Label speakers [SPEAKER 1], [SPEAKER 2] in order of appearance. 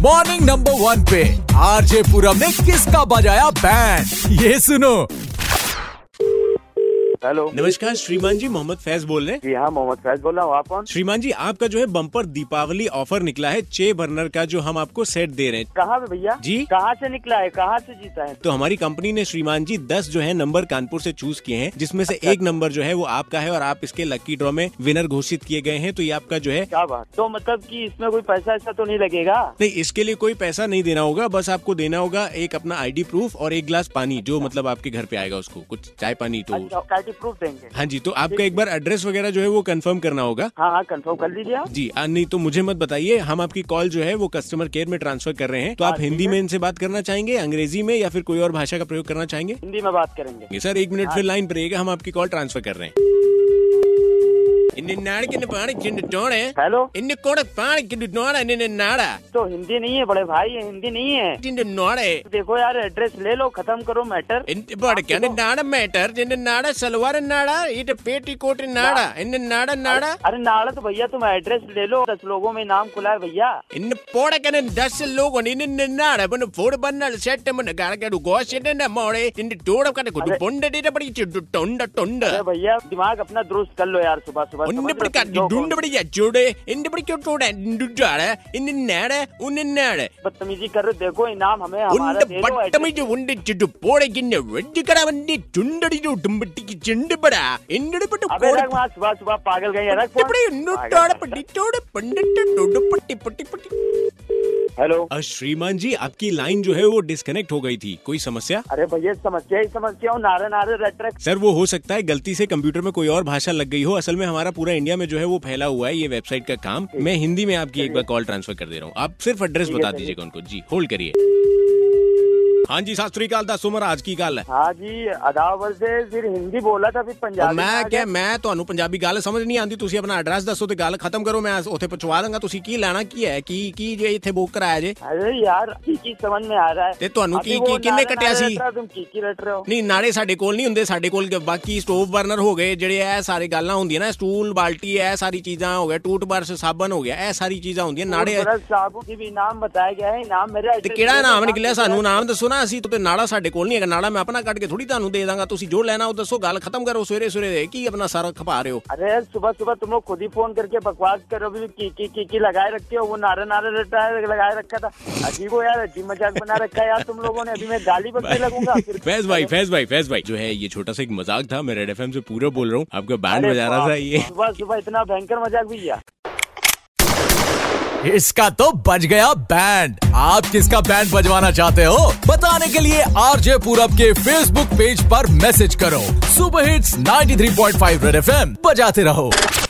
[SPEAKER 1] Number one पे RJ Puram ने किसका बजाया बैंड ये सुनो
[SPEAKER 2] हेलो
[SPEAKER 3] नमस्कार श्रीमान जी मोहम्मद फैज बोल रहे हैं
[SPEAKER 2] जी हाँ मोहम्मद फैज बोल रहा हूँ आप कौन
[SPEAKER 3] श्रीमान जी आपका जो है बम्पर दीपावली ऑफर निकला है छह बर्नर का जो हम आपको सेट दे रहे हैं
[SPEAKER 2] कहाँ पे भैया
[SPEAKER 3] जी।
[SPEAKER 2] कहाँ से निकला है कहाँ से जीता है
[SPEAKER 3] तो हमारी कंपनी ने श्रीमान जी दस जो है नंबर कानपुर से चूज किए हैं जिसमें से एक नंबर जो है वो आपका है और आप इसके लकी ड्रॉ में विनर घोषित किए गए हैं तो ये आपका जो है
[SPEAKER 2] क्या बात तो मतलब कि इसमें कोई पैसा ऐसा तो नहीं लगेगा
[SPEAKER 3] नहीं इसके लिए कोई पैसा नहीं देना होगा बस आपको देना होगा एक अपना आईडी प्रूफ और एक गिलास पानी जो मतलब आपके घर पे आएगा उसको कुछ चाय पानी तो
[SPEAKER 2] अच्छा पार्टी प्रूफ देंगे
[SPEAKER 3] हाँ जी तो आपका एक बार एड्रेस वगैरह जो है वो कंफर्म करना होगा
[SPEAKER 2] हाँ हाँ कंफर्म कर लीजिए आप
[SPEAKER 3] जी आ, नहीं तो मुझे मत बताइए हम आपकी कॉल जो है वो कस्टमर केयर में ट्रांसफर कर रहे हैं तो आप हिंदी में इनसे बात करना चाहेंगे अंग्रेजी में या फिर कोई और भाषा का प्रयोग करना चाहेंगे
[SPEAKER 2] हिंदी में बात करेंगे
[SPEAKER 3] ये सर एक मिनट फिर लाइन पर रहिएगा हम आपकी कॉल ट्रांसफर कर रहे हैं इन्ने नाड़ के पानी जिन्न टोड़े
[SPEAKER 2] हेलो
[SPEAKER 3] इन्ने कोड़े पानी किन्न नोड़ा इन्ने नाड़ा
[SPEAKER 2] तो हिंदी नहीं है बड़े भाई ये हिंदी नहीं है तो
[SPEAKER 3] जिन्न नोड़े
[SPEAKER 2] देखो यार एड्रेस ले लो खत्म करो मैटर
[SPEAKER 3] इन्ने बड़ के इन्ने नाड़ा मैटर जिन्न नाड़ा सलवार नाड़ा इट पेटी कोट नाड़ा इन्ने नाड़ा नाड़ा
[SPEAKER 2] अरे नाड़ा तो भैया तुम एड्रेस ले लो दस लोगों में नाम खुला है भैया
[SPEAKER 3] ഇന്ന് പോടക്കനെ ദസ് ലോകോണ് ഇന്ന് നിന്നാണ് പിന്നെ ഫോട് പന്നാൽ ചേട്ടമ്മ കണക്കേട് ഗോശിന്റെ മോളെ നിന്റെ ടൂടക്കനെ കൊണ്ട് പൊണ്ടടിയുടെ പഠിച്ചിട്ട് ടൊണ്ട ടൊണ്ട്
[SPEAKER 2] अरे भैया दिमाग अपना दुरुस्त कर लो यार सुबह सुबह
[SPEAKER 3] ഒന്ന്
[SPEAKER 2] समझ लो
[SPEAKER 3] പിടിക്കാൻ
[SPEAKER 2] तुम लोग हो।
[SPEAKER 3] ഡുണ്ട് പിടിക്കാ ചൂട് എന്റെ പിടിക്കോട്ടൂടെ ഇന്നുറ്റാണ് ഇന്നാണ് ഉന്നാണ്
[SPEAKER 2] बदतमीजी कर रहे हो देखो इनाम हमें हमारा
[SPEAKER 3] ഉണ്ട്
[SPEAKER 2] दे दो address।
[SPEAKER 3] പട്ടമിച്ച് ഉണ്ടിച്ചിട്ട് പോടക്കിന്നെ വെട്ടിക്കട വണ്ടി ചുണ്ടടിച്ചു ഉടുമ്പട്ടിക്ക് ചെണ്ടുപടാ എന്നോട് പെട്ട്
[SPEAKER 2] अबे रख वहाँ सुबह सुबह पागल गई है रख फोन।
[SPEAKER 3] ഇന്നോട്ടോടെ പട്ടിട്ടോടെ പണ്ടിട്ട് ഡുടുപ്പട്ടി പട്ടി പട്ടി
[SPEAKER 2] हेलो
[SPEAKER 3] अ, श्रीमान जी आपकी लाइन जो है वो डिस्कनेक्ट हो गई थी कोई समस्या
[SPEAKER 2] अरे भैया समस्या ही समस्या हो नारे नारे रेड ट्रैक
[SPEAKER 3] सर वो हो सकता है गलती से कंप्यूटर में कोई और भाषा लग गई हो असल में हमारा पूरा इंडिया में जो है वो फैला हुआ है ये वेबसाइट का काम मैं हिंदी में आपकी एक बार कॉल ट्रांसफर कर दे रहा हूँ आप सिर्फ एड्रेस
[SPEAKER 2] ठीक है,
[SPEAKER 3] बता
[SPEAKER 2] चलिए।
[SPEAKER 3] दीजिएगा उनको जी होल्ड करिए हाँ जी सत श्रीकाल दस उम्र आज की गल है
[SPEAKER 2] हाँ जी अदावर से फिर हिंदी बोला था फिर
[SPEAKER 3] और
[SPEAKER 2] पंजाबी में आ
[SPEAKER 3] मैं
[SPEAKER 2] गया।
[SPEAKER 3] क्या मैं ਤੁਹਾਨੂੰ ਪੰਜਾਬੀ ਗੱਲ ਸਮਝ ਨਹੀਂ ਆਂਦੀ ਤੁਸੀਂ ਆਪਣਾ ਐਡਰੈਸ ਦੱਸੋ ਤੇ ਗੱਲ ਖਤਮ ਕਰੋ ਮੈਂ ਉੱਥੇ ਪਹੁੰਚਵਾ ਦਾਂਗਾ ਤੁਸੀਂ ਕੀ ਲੈਣਾ ਕੀ ਹੈ ਕੀ ਕੀ ਜੇ ਇੱਥੇ ਬੁੱਕ ਕਰਾਇਆ ਜੇ
[SPEAKER 2] अरे यार की की समझ में आ रहा है
[SPEAKER 3] ते तुहानू
[SPEAKER 2] अभी
[SPEAKER 3] की-
[SPEAKER 2] वो
[SPEAKER 3] की- किन्ने
[SPEAKER 2] नारे-
[SPEAKER 3] कट्टिया
[SPEAKER 2] नारे
[SPEAKER 3] सी?
[SPEAKER 2] रट रहा, तुम की की रट रहे हो
[SPEAKER 3] ਨਹੀਂ ਨਾਲੇ ਸਾਡੇ ਕੋਲ ਨਹੀਂ ਹੁੰਦੇ ਸਾਡੇ ਕੋਲ ਬਾਕੀ ਸਟੋਵ ਬਰਨਰ ਹੋ ਗਏ ਜਿਹੜੇ ਇਹ ਸਾਰੇ ਗੱਲਾਂ ਹੁੰਦੀਆਂ ਨਾ ਸਟੂਲ ਬਾਲਟੀ ਇਹ ਸਾਰੀ ਚੀਜ਼ਾਂ ਹੋ ਗਿਆ ਟੂਟ ਬਰਸ ਸਾਬਣ ਹੋ ਗਿਆ ਇਹ ਸਾਰੀ ਚੀਜ਼ਾਂ ਹੁੰਦੀਆਂ ਨਾੜੇ
[SPEAKER 2] और बड़ा साबु की भी नाम बताया गया है इनाम मेरा
[SPEAKER 3] ਤੇ ਕਿਹੜਾ ਨਾਮ ਨਿਕਲਿਆ ਸਾਨੂੰ ਨਾਮ ਦੱਸੋ ਨਾ ਅਸੀਂ ਤੇ ਨਾੜਾ ਸਾਡੇ ਕੋਲ ਨਹੀਂ ਹੈਗਾ ਨਾੜਾ ਮੈਂ ਆਪਣਾ ਕੱਢ ਕੇ ਥੋੜੀ ਤੁਹਾਨੂੰ ਦੇ ਦਾਂਗਾ ਤੁਸੀਂ ਜੋ ਲੈਣਾ ਉਹ ਦੱਸੋ ਗੱਲ ਖਤਮ ਕਰੋ ਸਵੇਰੇ ਸਵੇਰੇ ਕੀ ਆਪਣਾ ਸਾਰਾ ਖਪਾ ਰਹੇ ਹੋ
[SPEAKER 2] अरे यार सुबह सुबह तुम लोग खुद ही फोन करके बकवास करो अभी भी की की की की लगाए रखे हो वो नारे नारे रट रहा है लगाए रखा था अजीब हो यार अजीब मजाक बना रखा है यार तुम लोगों ने अभी मैं गाली बकने लगूंगा फिर
[SPEAKER 3] फैज भाई फैज भाई फैज भाई जो है ये छोटा सा एक मजाक था मैं रेड एफ से पूरा बोल रहा हूँ आपका बैंड
[SPEAKER 2] अरे
[SPEAKER 3] बजा रहा था
[SPEAKER 2] बाप,
[SPEAKER 3] ये
[SPEAKER 2] सुबह सुबह इतना भयंकर मजाक भैया
[SPEAKER 1] इसका तो बज गया बैंड आप किसका बैंड बजवाना चाहते हो बताने के लिए आरजे पूरब के फेसबुक पेज पर मैसेज करो सुपर हिट्स 93.5 रेड एफएम बजाते रहो